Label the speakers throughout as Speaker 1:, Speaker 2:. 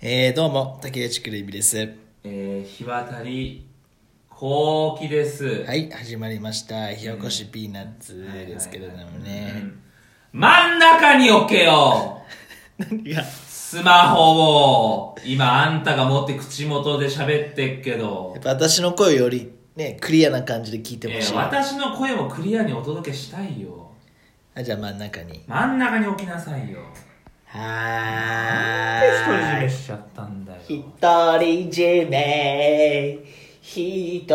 Speaker 1: えー、どうも、竹内くるみです。
Speaker 2: えー、日渡り後期です。
Speaker 1: はい、始まりました。火起こしピーナッツですけれどもね。
Speaker 2: 真ん中に置けよ
Speaker 1: 何が
Speaker 2: スマホを今あんたが持って口元で喋ってっけど
Speaker 1: やっ、ぱ私の声よりね、クリアな感じで聞いて
Speaker 2: え
Speaker 1: ほし
Speaker 2: ー
Speaker 1: い。
Speaker 2: 私の声もクリアにお届けしたいよ。
Speaker 1: あじゃあ真ん中に。
Speaker 2: 真ん中に置きなさいよ。
Speaker 1: は
Speaker 2: なんで独り占めしちゃったんだよ。
Speaker 1: 一人じめ、一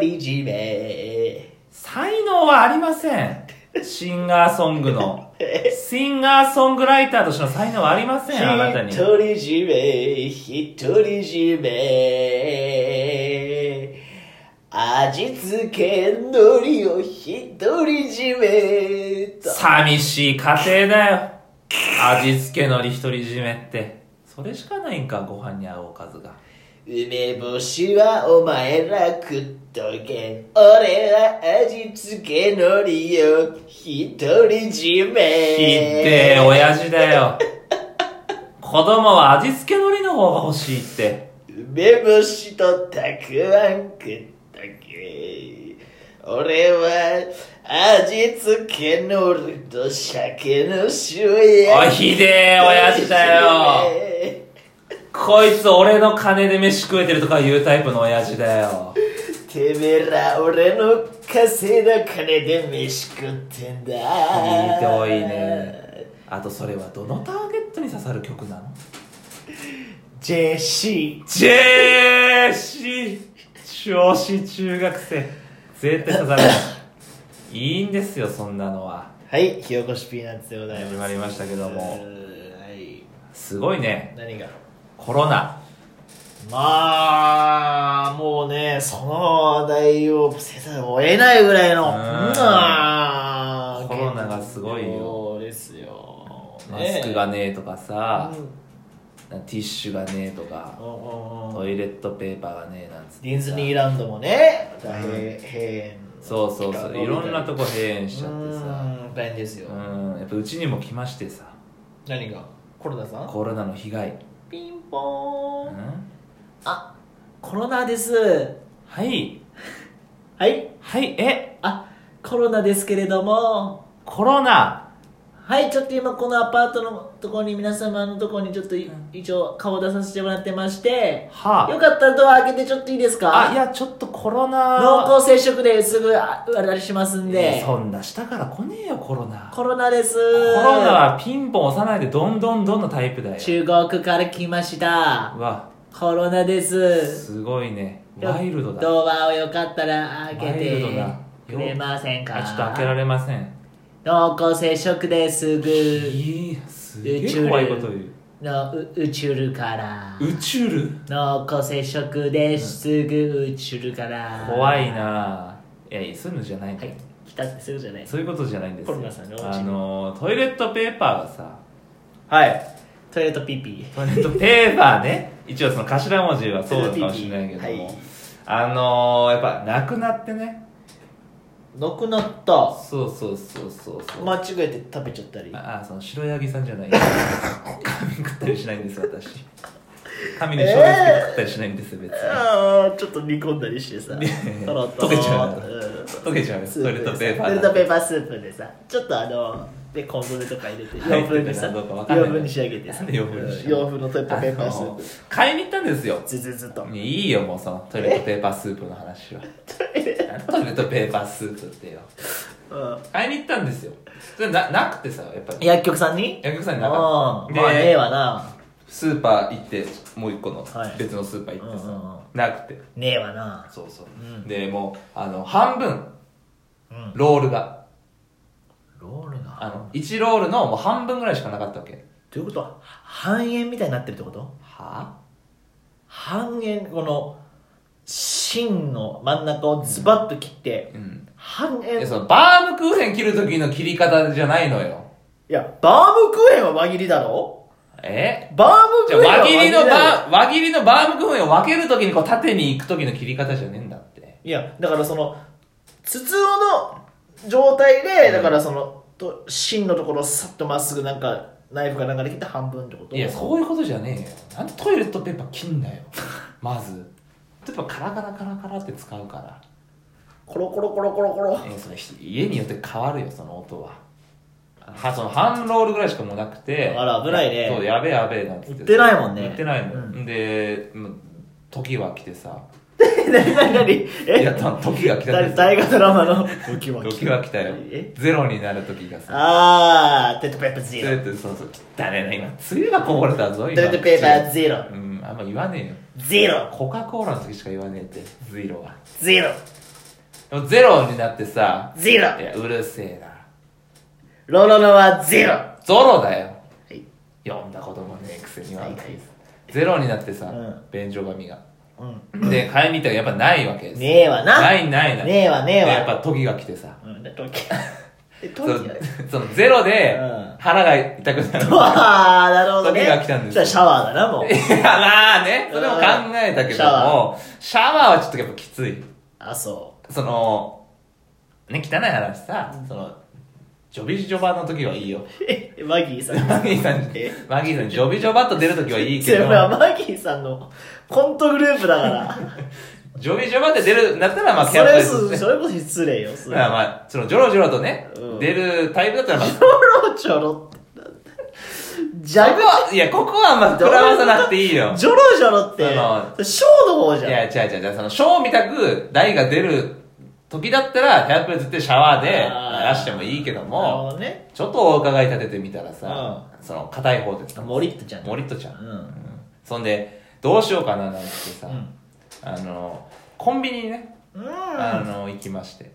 Speaker 1: 人じめ。
Speaker 2: 才能はありません。シンガーソング の。シンガーソングライターとしての才能はありません、あなたに。
Speaker 1: 一人じめ、一人じめ。味付けのりを一人じめと。
Speaker 2: 寂しい家庭だよ。味付けのり独り占めって。それしかないんか、ご飯に合うおかずが。
Speaker 1: 梅干しはお前ら食っとけ。俺ら味付けのりを一人じめ。
Speaker 2: ひでえ親父だよ。子供は味付けのりの方が欲しいって。
Speaker 1: 梅干しとたくあん食ったけ俺は味付けのりと鮭の塩
Speaker 2: おい、
Speaker 1: 焼き
Speaker 2: ひでえ親父だよ。こいつ俺の金で飯食えてるとか言うタイプの親父だよ。
Speaker 1: てめえら俺の稼いだ金で飯食ってんだ
Speaker 2: ひどいね。あとそれはどのターゲットに刺さる曲なの
Speaker 1: ジェシー
Speaker 2: ジェーシー調子中学生絶対刺さるいいんですよそんなのは
Speaker 1: はい火起こしピーナッツでございます
Speaker 2: 始まりましたけども
Speaker 1: うーんはい
Speaker 2: すごいね
Speaker 1: 何が
Speaker 2: コロナ
Speaker 1: まあ、もうね、その話題をせざるを得ないぐらいの、
Speaker 2: うん
Speaker 1: まあ
Speaker 2: コロナがすごいよ。
Speaker 1: そうですよ。
Speaker 2: マスクがねえとかさ
Speaker 1: ね、
Speaker 2: ティッシュがねえと
Speaker 1: う
Speaker 2: か
Speaker 1: んうんうんうん
Speaker 2: トイレットペーパーがねえなんつって
Speaker 1: ディズニーランドもね、また閉
Speaker 2: うん
Speaker 1: 閉園
Speaker 2: そうそうそういろんなとこ閉園しちゃってさ
Speaker 1: うん大変ですよ
Speaker 2: う。んやっぱうちにも来ましてさ
Speaker 1: 何がコロナさん
Speaker 2: コロナの被害
Speaker 1: ピンポ
Speaker 2: う
Speaker 1: ーン。
Speaker 2: ん
Speaker 1: あ、コロナです。
Speaker 2: はい
Speaker 1: はい。
Speaker 2: はいえ
Speaker 1: あ、コロナですけれども、
Speaker 2: コロナ
Speaker 1: はい、ちょっと今このアパートのところに皆様のところにちょっとい、
Speaker 2: うん
Speaker 1: 一応顔出させてもらってまして、
Speaker 2: はあ
Speaker 1: よかったらドア開けてちょっといいですか
Speaker 2: あ、いや、ちょっとコロナ。
Speaker 1: 濃厚接触ですぐああれしますん
Speaker 2: ね
Speaker 1: で
Speaker 2: え、そんな下から来ねえよ、コロナ。コ
Speaker 1: コロナです。
Speaker 2: ロナはピンポン押さないで、どんどんどんのタイプだよ。
Speaker 1: 中国から来ました
Speaker 2: う。わ、
Speaker 1: コロナです。
Speaker 2: すごいね。ワイルドだ。ちょっ
Speaker 1: ドアをよかったら開け
Speaker 2: ワイ
Speaker 1: て
Speaker 2: ルドだ
Speaker 1: くれませんか
Speaker 2: と開けられません。
Speaker 1: 濃厚接触ですぐ
Speaker 2: いい、すげえ怖いこと言う。
Speaker 1: のう宇宙から。
Speaker 2: 宇宙る
Speaker 1: 濃厚接触です、ぐうちるから
Speaker 2: 怖いなぁ。いやいや、そういうのじゃないん
Speaker 1: は
Speaker 2: だよ
Speaker 1: い来たってするじゃない
Speaker 2: そういうことじゃないんですよ
Speaker 1: コロナさんのお家に
Speaker 2: あのー、トイレットペーパーがさ、
Speaker 1: はいトイレットピーピー
Speaker 2: トイレットペーパーね。一応その頭文字はそうかもしれないけども。
Speaker 1: はい
Speaker 2: あのー、やっぱ、なくなってね。
Speaker 1: なくなった
Speaker 2: そうそうそうそうそう、
Speaker 1: 間違えて食べちゃったり
Speaker 2: ああその白ヤギさんじゃない髪食ったりしないんです私髪に醤油つけて食ったりしないんですよ別に、
Speaker 1: ああちょっと煮込んだりしてさ
Speaker 2: ね
Speaker 1: とろっと
Speaker 2: 溶けちゃう
Speaker 1: うん
Speaker 2: 溶けちゃうよ
Speaker 1: ス
Speaker 2: トイレットペーパー
Speaker 1: トイレ
Speaker 2: な
Speaker 1: ッ
Speaker 2: んて
Speaker 1: トペーパースープでさちょっとあのでコンソメとか入れて
Speaker 2: 入
Speaker 1: 洋
Speaker 2: って
Speaker 1: 風
Speaker 2: る
Speaker 1: に
Speaker 2: か
Speaker 1: さ
Speaker 2: どうかわかんない
Speaker 1: 洋風に仕上げて
Speaker 2: な
Speaker 1: さ
Speaker 2: んで 洋風にし
Speaker 1: うん洋風のトイレットペーパースー
Speaker 2: あの
Speaker 1: プ
Speaker 2: 買いに行ったんですよ
Speaker 1: ずずずっと
Speaker 2: いいよもうそのトイレットペーパースープの話はなんでトイレットペーパースープってよ
Speaker 1: うん
Speaker 2: 買いに行ったんですよそれななくてさやっぱり
Speaker 1: 薬局さんに
Speaker 2: 薬局さん
Speaker 1: うん
Speaker 2: にな
Speaker 1: ま
Speaker 2: か
Speaker 1: あ
Speaker 2: った
Speaker 1: ねえわな
Speaker 2: スーパー行ってもう一個の
Speaker 1: はい
Speaker 2: 別のスーパー行ってさ、
Speaker 1: うんうんうん
Speaker 2: なくて
Speaker 1: ねえわな
Speaker 2: そうそう、
Speaker 1: うん
Speaker 2: でもうあの半分
Speaker 1: うん
Speaker 2: ロールが
Speaker 1: ロール
Speaker 2: あ
Speaker 1: が
Speaker 2: の、1ロールのもう半分ぐらいしかなかったわけ。
Speaker 1: ということは半円みたいになってるってこと
Speaker 2: は
Speaker 1: 半円この芯の真ん中をズバッと切って、
Speaker 2: うん。
Speaker 1: 半
Speaker 2: い
Speaker 1: 円
Speaker 2: や、
Speaker 1: い
Speaker 2: その、バームクーヘン切る時の切り方じゃないのよ。
Speaker 1: やバームクーヘンは輪切りだろ
Speaker 2: え
Speaker 1: バーム
Speaker 2: じ
Speaker 1: ク
Speaker 2: ゃ
Speaker 1: ー
Speaker 2: あ
Speaker 1: ヘンは
Speaker 2: 輪切りの
Speaker 1: だろ
Speaker 2: バー、輪切りのバームクーヘンを分ける時にこう縦に行く時の切り方じゃねえんだって。
Speaker 1: いやだからその筒の状態で、だからそのと芯のところをさっとまっすぐなんかナイフかなんかで切って半分ってこと
Speaker 2: いやそういうことじゃねえよなんでトイレットペーパー切んだよま ずペーパーカラカラカラカラって使うから
Speaker 1: コロコロコロコロコロ
Speaker 2: えーそのひ家によって変わるよその音ははその半ロールぐらいしかもうなくて
Speaker 1: あら危ないね
Speaker 2: そうやべえやべえなんつって
Speaker 1: 売ってないもんね
Speaker 2: 売ってないの、、
Speaker 1: うん
Speaker 2: でもう時は来てさ
Speaker 1: 何何何
Speaker 2: いや
Speaker 1: え
Speaker 2: た時が来たん
Speaker 1: 大
Speaker 2: です
Speaker 1: 大
Speaker 2: よ
Speaker 1: 河ドラマの浮き 輪
Speaker 2: 時は来たよ
Speaker 1: え
Speaker 2: ゼロになる時がさ
Speaker 1: あーテッドペーパー
Speaker 2: そ
Speaker 1: ゼ
Speaker 2: れ
Speaker 1: ロ
Speaker 2: ってそうそう汚ねえな今梅雨がこぼれたぞ今
Speaker 1: テッドペーパーゼロ
Speaker 2: うんあんま言わね
Speaker 1: ゼ
Speaker 2: えよ
Speaker 1: ロ
Speaker 2: コカ・コーラの時しか言わねえってゼロは
Speaker 1: ゼロ
Speaker 2: でもゼロになってさ
Speaker 1: ゼロ
Speaker 2: いやうるせえな
Speaker 1: ロロロはゼロは
Speaker 2: ゾロだよ
Speaker 1: い
Speaker 2: 読んだこともねえくせには
Speaker 1: はい
Speaker 2: ゼロになってさ、
Speaker 1: うん
Speaker 2: 便所紙が
Speaker 1: うん
Speaker 2: で買いに行ったらやっぱないわけです
Speaker 1: ねえわな
Speaker 2: ないないない
Speaker 1: ねえわねえわ
Speaker 2: でやっぱ時が来てさ
Speaker 1: うんでトイレで
Speaker 2: そ
Speaker 1: トイ
Speaker 2: の
Speaker 1: レ
Speaker 2: その ゼロで
Speaker 1: うん
Speaker 2: 腹が痛くなる
Speaker 1: ああなるほどね
Speaker 2: 時が来たんです
Speaker 1: そ
Speaker 2: よ
Speaker 1: したらシャワーだなもう
Speaker 2: いやまあねそれも考えたけどもシャワーはちょっとやっぱきつい
Speaker 1: あ そ
Speaker 2: そのね汚い話さそのジョビジョバの時 はいいよ
Speaker 1: うえマギーさん
Speaker 2: マギーさん
Speaker 1: え
Speaker 2: マギーさんジョビジョバッと出る時はいい
Speaker 1: それ
Speaker 2: けど
Speaker 1: はマギーさんのコントグループだから
Speaker 2: ジョビジョバって出るんだったらまあ
Speaker 1: そ
Speaker 2: キャンプ
Speaker 1: れ
Speaker 2: で
Speaker 1: そ
Speaker 2: す
Speaker 1: れそれこそ失礼よそれ
Speaker 2: ま あまあ、そのジョロジョロとね、
Speaker 1: うん
Speaker 2: 出るタイプだったら、まあ、
Speaker 1: ちょろちょろってジャ
Speaker 2: ここはいや、ここはまあ、膨らまさなくていいよ。
Speaker 1: ジョロジョロって
Speaker 2: あ
Speaker 1: ショーの方じ
Speaker 2: い
Speaker 1: ゃん
Speaker 2: や、違う違う違う、その、ショーみたく、台が出る時だったら、100分ずってシャワーで
Speaker 1: あー
Speaker 2: 流してもいいけど
Speaker 1: なるほ
Speaker 2: も、
Speaker 1: どね
Speaker 2: ちょっとお伺い立ててみたらさ、その、硬い方です
Speaker 1: モリッとじゃん
Speaker 2: モリッとちゃん。
Speaker 1: うん
Speaker 2: そんで、どうしようかななんてさ、
Speaker 1: うん
Speaker 2: あの、コンビニにね、
Speaker 1: うん
Speaker 2: あの、行きまして、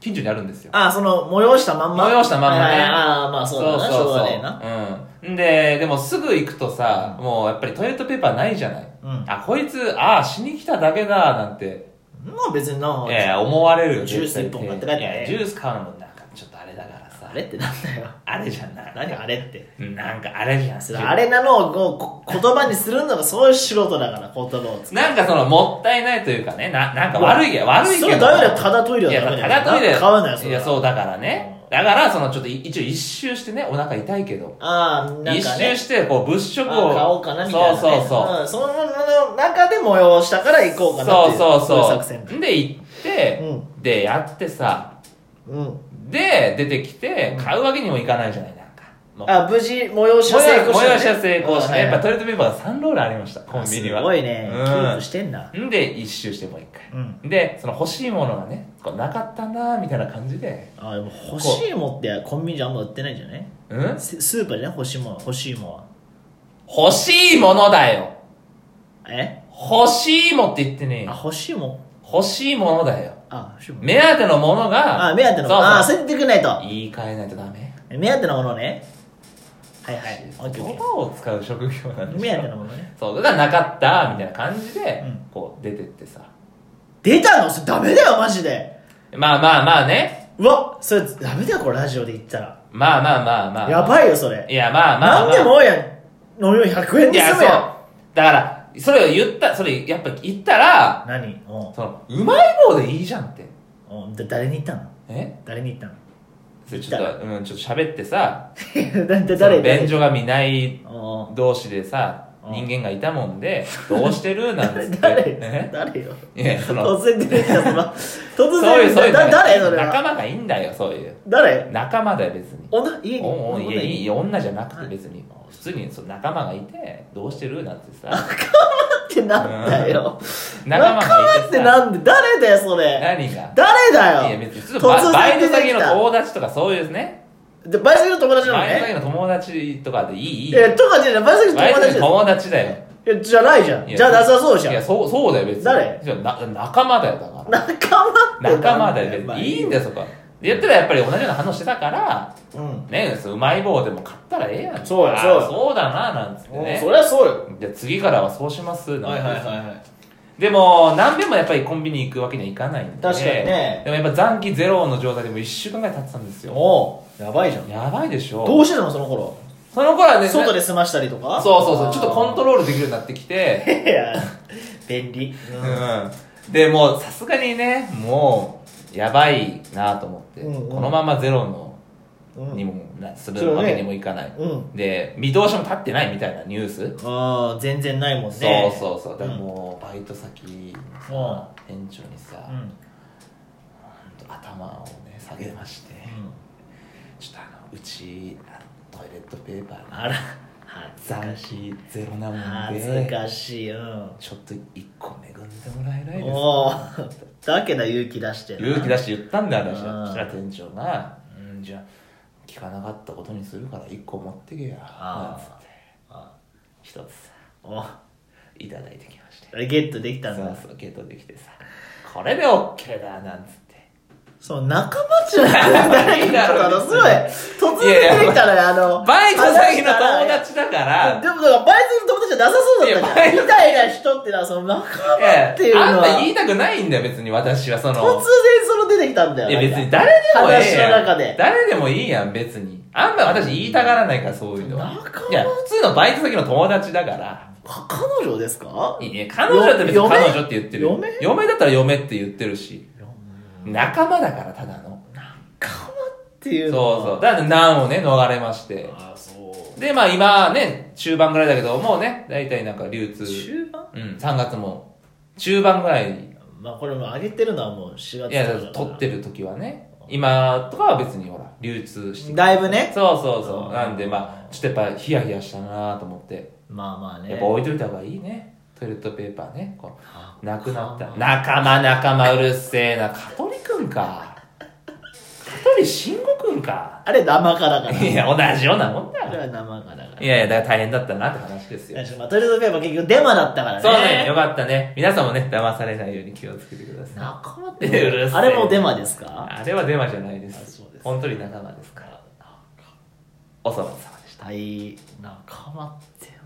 Speaker 2: 近所にあるんですよ。
Speaker 1: あその催したまんま
Speaker 2: 催したまんまね
Speaker 1: はいはいああまあそうだなしょうがねえな
Speaker 2: そう。うん。で、でもすぐ行くとさ、もうやっぱりトイレットペーパーないじゃない。
Speaker 1: うん
Speaker 2: あ、こいつ、ああ、しに来ただけだ、なんて、
Speaker 1: まあ別にな
Speaker 2: ええ思われるよ
Speaker 1: ジュース
Speaker 2: 絶
Speaker 1: 一
Speaker 2: 対
Speaker 1: 本買って帰って
Speaker 2: いやジュース買うのもなんかちょっとあれだからさ。
Speaker 1: あれってなんだよ
Speaker 2: あれじゃんない。
Speaker 1: 何あれって
Speaker 2: なんかあれじゃん。
Speaker 1: それあれなのをこうこ言葉にするのがそういう仕事だから言葉を使う
Speaker 2: なんかその、もったいないというかね、な、なんか悪いや、悪いけど。
Speaker 1: それダメだよただトイレ
Speaker 2: い
Speaker 1: は
Speaker 2: や、
Speaker 1: ダメだよ
Speaker 2: ただトイレ。
Speaker 1: 買わないよそ
Speaker 2: い
Speaker 1: れは
Speaker 2: や、そうだからね。だから、その、ちょっとい一応一周してね、お腹痛いけど。
Speaker 1: ああなんかね
Speaker 2: 一周して、こう、物
Speaker 1: あ
Speaker 2: 色を。
Speaker 1: 買おうかなみたいな、ね、
Speaker 2: そうそうそう。
Speaker 1: ん、その中で催したから行こうかなっていう
Speaker 2: そうそう
Speaker 1: そういう
Speaker 2: そう
Speaker 1: 作戦
Speaker 2: で行って、
Speaker 1: う
Speaker 2: でやってさ
Speaker 1: うん
Speaker 2: で出てきて買うわけにもいかないじゃないなんかもう
Speaker 1: あ無事催しは成功した、ね、
Speaker 2: 催しは成功した、
Speaker 1: うんはい
Speaker 2: やっ
Speaker 1: はい
Speaker 2: ぱトイレットペーパーが3ロールありましたコンビニは
Speaker 1: すごいね、キープしてんな
Speaker 2: うんで一周してもう一回、
Speaker 1: う
Speaker 2: でその欲しいものがねこうなかったんだみたいな感じで
Speaker 1: あでも欲しいもんってコンビニじゃあんま売ってないんじゃない
Speaker 2: うん
Speaker 1: ススーパーじゃない欲しいもん欲しいもんは
Speaker 2: 欲しいものだよ
Speaker 1: え
Speaker 2: 欲しいもんって言ってねえよ
Speaker 1: あ欲しいもん
Speaker 2: 欲しいものだよ
Speaker 1: あ欲しいもん
Speaker 2: 目当てのものが
Speaker 1: あ目当ての
Speaker 2: そうそう
Speaker 1: あそうやってくんないと
Speaker 2: 言い換えないとダメ
Speaker 1: 目当てのものねはいはいオッケーオッ
Speaker 2: 言
Speaker 1: ケ
Speaker 2: 葉を使う職業なん
Speaker 1: ー
Speaker 2: で
Speaker 1: 目
Speaker 2: し
Speaker 1: 当て
Speaker 2: ょ
Speaker 1: のものね
Speaker 2: そうだからなかったみたいな感じで、
Speaker 1: うん
Speaker 2: こう出てってさ
Speaker 1: 出たのそれダメだよマジで
Speaker 2: まあまあまあね
Speaker 1: うわそれダメだよこれラジオで言ったら
Speaker 2: まあまあまあまあ
Speaker 1: やばいよそれ
Speaker 2: いやまあまあ、まあ、
Speaker 1: なんでもうやん飲みを100円
Speaker 2: い
Speaker 1: で済
Speaker 2: やそう
Speaker 1: むや
Speaker 2: だからそれを言ったそれやっぱ言ったら
Speaker 1: ん何おう
Speaker 2: そのうまい棒でいいじゃんって
Speaker 1: おうだ誰に言ったの
Speaker 2: え
Speaker 1: 誰に言ったの
Speaker 2: それちょっとうんちょっと喋ってさ
Speaker 1: だって
Speaker 2: そ
Speaker 1: 誰
Speaker 2: の便所が見ない
Speaker 1: おう
Speaker 2: 同士でさ
Speaker 1: うん
Speaker 2: 人間がいたもんでどうしてるなんつって
Speaker 1: 誰
Speaker 2: え
Speaker 1: 誰よ
Speaker 2: いやその
Speaker 1: 突然出てきた その突
Speaker 2: そういうそうい
Speaker 1: 然だ
Speaker 2: う
Speaker 1: 誰それ
Speaker 2: 仲
Speaker 1: は
Speaker 2: 間がいいんだよそういう
Speaker 1: 誰
Speaker 2: 仲間だよ別に
Speaker 1: 女家に
Speaker 2: おおいやいい
Speaker 1: に
Speaker 2: いや女じゃなくて別に普通にその仲間がいてどうしてるなんてさ
Speaker 1: ってなんだよ
Speaker 2: 仲間がいてさ
Speaker 1: ってなんで誰だよそれ
Speaker 2: 何が
Speaker 1: 誰だ
Speaker 2: いや
Speaker 1: よ
Speaker 2: 別にちょっとバ
Speaker 1: 突
Speaker 2: バイ
Speaker 1: 然
Speaker 2: ト
Speaker 1: 出てき
Speaker 2: 先の
Speaker 1: た
Speaker 2: 友達とかそういうですね
Speaker 1: でバイト先の友達なの
Speaker 2: バイト
Speaker 1: ね
Speaker 2: 先の友達とかでいいいい
Speaker 1: えとかじゃないバイト先の
Speaker 2: バイ
Speaker 1: 友達
Speaker 2: ト先
Speaker 1: で
Speaker 2: の友達だよ
Speaker 1: すいやじゃないじゃん
Speaker 2: いや
Speaker 1: じゃなさそうじ
Speaker 2: い
Speaker 1: ゃ
Speaker 2: や
Speaker 1: ん
Speaker 2: そうそうだよ別に
Speaker 1: 誰
Speaker 2: じゃな仲間だよだから
Speaker 1: 仲間ってなん
Speaker 2: 仲間だよ別
Speaker 1: まあ
Speaker 2: にいいんだよそこはでやったらやっぱり同じような反応してたから
Speaker 1: うん
Speaker 2: ねそううまい棒でも買ったらええやん
Speaker 1: そうや
Speaker 2: あ
Speaker 1: そうや
Speaker 2: そうだななんつって
Speaker 1: おう
Speaker 2: ね
Speaker 1: そりゃそうよ
Speaker 2: じゃあ次からはそうしますなんて
Speaker 1: い
Speaker 2: でも、何遍もやっぱりコンビニ行くわけにはいかないんで。
Speaker 1: 確かにね
Speaker 2: でもやっぱ残機ゼロの状態でもう1週間ぐらい経ってたんですよ。
Speaker 1: おうやばいじゃん
Speaker 2: やばいでしょ。
Speaker 1: どうしてたのその頃
Speaker 2: その頃はね、
Speaker 1: 外
Speaker 2: で。
Speaker 1: で済ましたりとか
Speaker 2: そうそうそう、ちょっとコント
Speaker 1: ロ
Speaker 2: ロールできるようになってきて。
Speaker 1: ールいや便利
Speaker 2: うん。で、もうさすがにね、もう、やばいなと思って、
Speaker 1: うんうん
Speaker 2: このままゼロの
Speaker 1: うん
Speaker 2: にもなす
Speaker 1: そう
Speaker 2: る
Speaker 1: ね
Speaker 2: わけにもいかない、
Speaker 1: うん
Speaker 2: で見通しも立ってないみたいなニュース、
Speaker 1: ああ全然ないもんね
Speaker 2: そうそうそうだからもうバイト先にさ、店長にさ、
Speaker 1: うん、うん
Speaker 2: 頭をね下げまして、ちょっとあのうちあのトイレットペーパー
Speaker 1: あ
Speaker 2: の
Speaker 1: ら恥ず
Speaker 2: 残
Speaker 1: かしい
Speaker 2: 費ゼロなもん
Speaker 1: 恥
Speaker 2: で
Speaker 1: ずかしいうん
Speaker 2: ちょっと一個恵んでもらえないですか
Speaker 1: おおだけど勇気出して
Speaker 2: 勇気出
Speaker 1: し
Speaker 2: して言ったんだよ私
Speaker 1: うん
Speaker 2: はそしたら店長が「うんじゃあ聞かなかったことにするから一個持ってけや」
Speaker 1: あ
Speaker 2: なんつって
Speaker 1: あ
Speaker 2: 一つ
Speaker 1: お
Speaker 2: いただいてきまして
Speaker 1: ゲットできたん
Speaker 2: そう
Speaker 1: だ
Speaker 2: そうゲットできてさ「これで OK だ」なんつって
Speaker 1: その仲間じゃないんだろのすごい突然できたらねあの
Speaker 2: バイト先
Speaker 1: 話し
Speaker 2: の友
Speaker 1: たら
Speaker 2: 達だから
Speaker 1: でもだからバイトの友達じゃなさそうだったじゃん
Speaker 2: いや
Speaker 1: みたいな人ってのはその仲間っていうの
Speaker 2: あん
Speaker 1: は
Speaker 2: た言いたくないんだよ別に私はそ
Speaker 1: 突然
Speaker 2: の
Speaker 1: その出てきたんだよ
Speaker 2: いや別
Speaker 1: なん
Speaker 2: に
Speaker 1: か
Speaker 2: 誰でもええ
Speaker 1: 話の
Speaker 2: や
Speaker 1: 中
Speaker 2: ん
Speaker 1: で
Speaker 2: 誰でもいいやん別にあんま私言いたがらないからそういうのは
Speaker 1: 仲間
Speaker 2: いや普通のバイト先の友達だから
Speaker 1: か彼女ですか
Speaker 2: いや彼女だって別に
Speaker 1: 嫁
Speaker 2: 彼女って言ってる
Speaker 1: 嫁
Speaker 2: 嫁だったら嫁って言ってるし仲間だからただの
Speaker 1: 仲間ってい
Speaker 2: そう
Speaker 1: うの
Speaker 2: そう
Speaker 1: う
Speaker 2: だから難をね逃れまして
Speaker 1: ああそう
Speaker 2: でまあ今ね中盤ぐらいだけどもうね大体なんか流通
Speaker 1: 中盤
Speaker 2: うん3月も中盤ぐらいに
Speaker 1: まあこれも上げてるのはもう4月
Speaker 2: いや
Speaker 1: からだから
Speaker 2: 撮ってる時はね今とかは別にほら流通して
Speaker 1: だいぶね
Speaker 2: そうそうそううんなんでまあちょっとやっぱヒヤヒヤしたなと思って
Speaker 1: まあまあね
Speaker 2: やっぱ置いといた方がいいねトイレットペーパーねこ
Speaker 1: あ
Speaker 2: うなくなった仲間仲間うるせえな香取くんか香取慎吾くんか
Speaker 1: あれ生からだから
Speaker 2: いや同じようなもんだ
Speaker 1: あれ
Speaker 2: よ
Speaker 1: は生からだから
Speaker 2: いやいやだから大変だったなって話ですよ
Speaker 1: まあ、トイレットペーパー結局デマだったからね。
Speaker 2: そうねよかったね皆さんもね騙されないように気をつけてください
Speaker 1: 仲間っ
Speaker 2: うる
Speaker 1: て、
Speaker 2: せえ
Speaker 1: あれもデマですか
Speaker 2: あれはデマじゃないで
Speaker 1: あ
Speaker 2: す
Speaker 1: そうです
Speaker 2: 本当に仲間ですからおそばさまでした
Speaker 1: はい、仲間って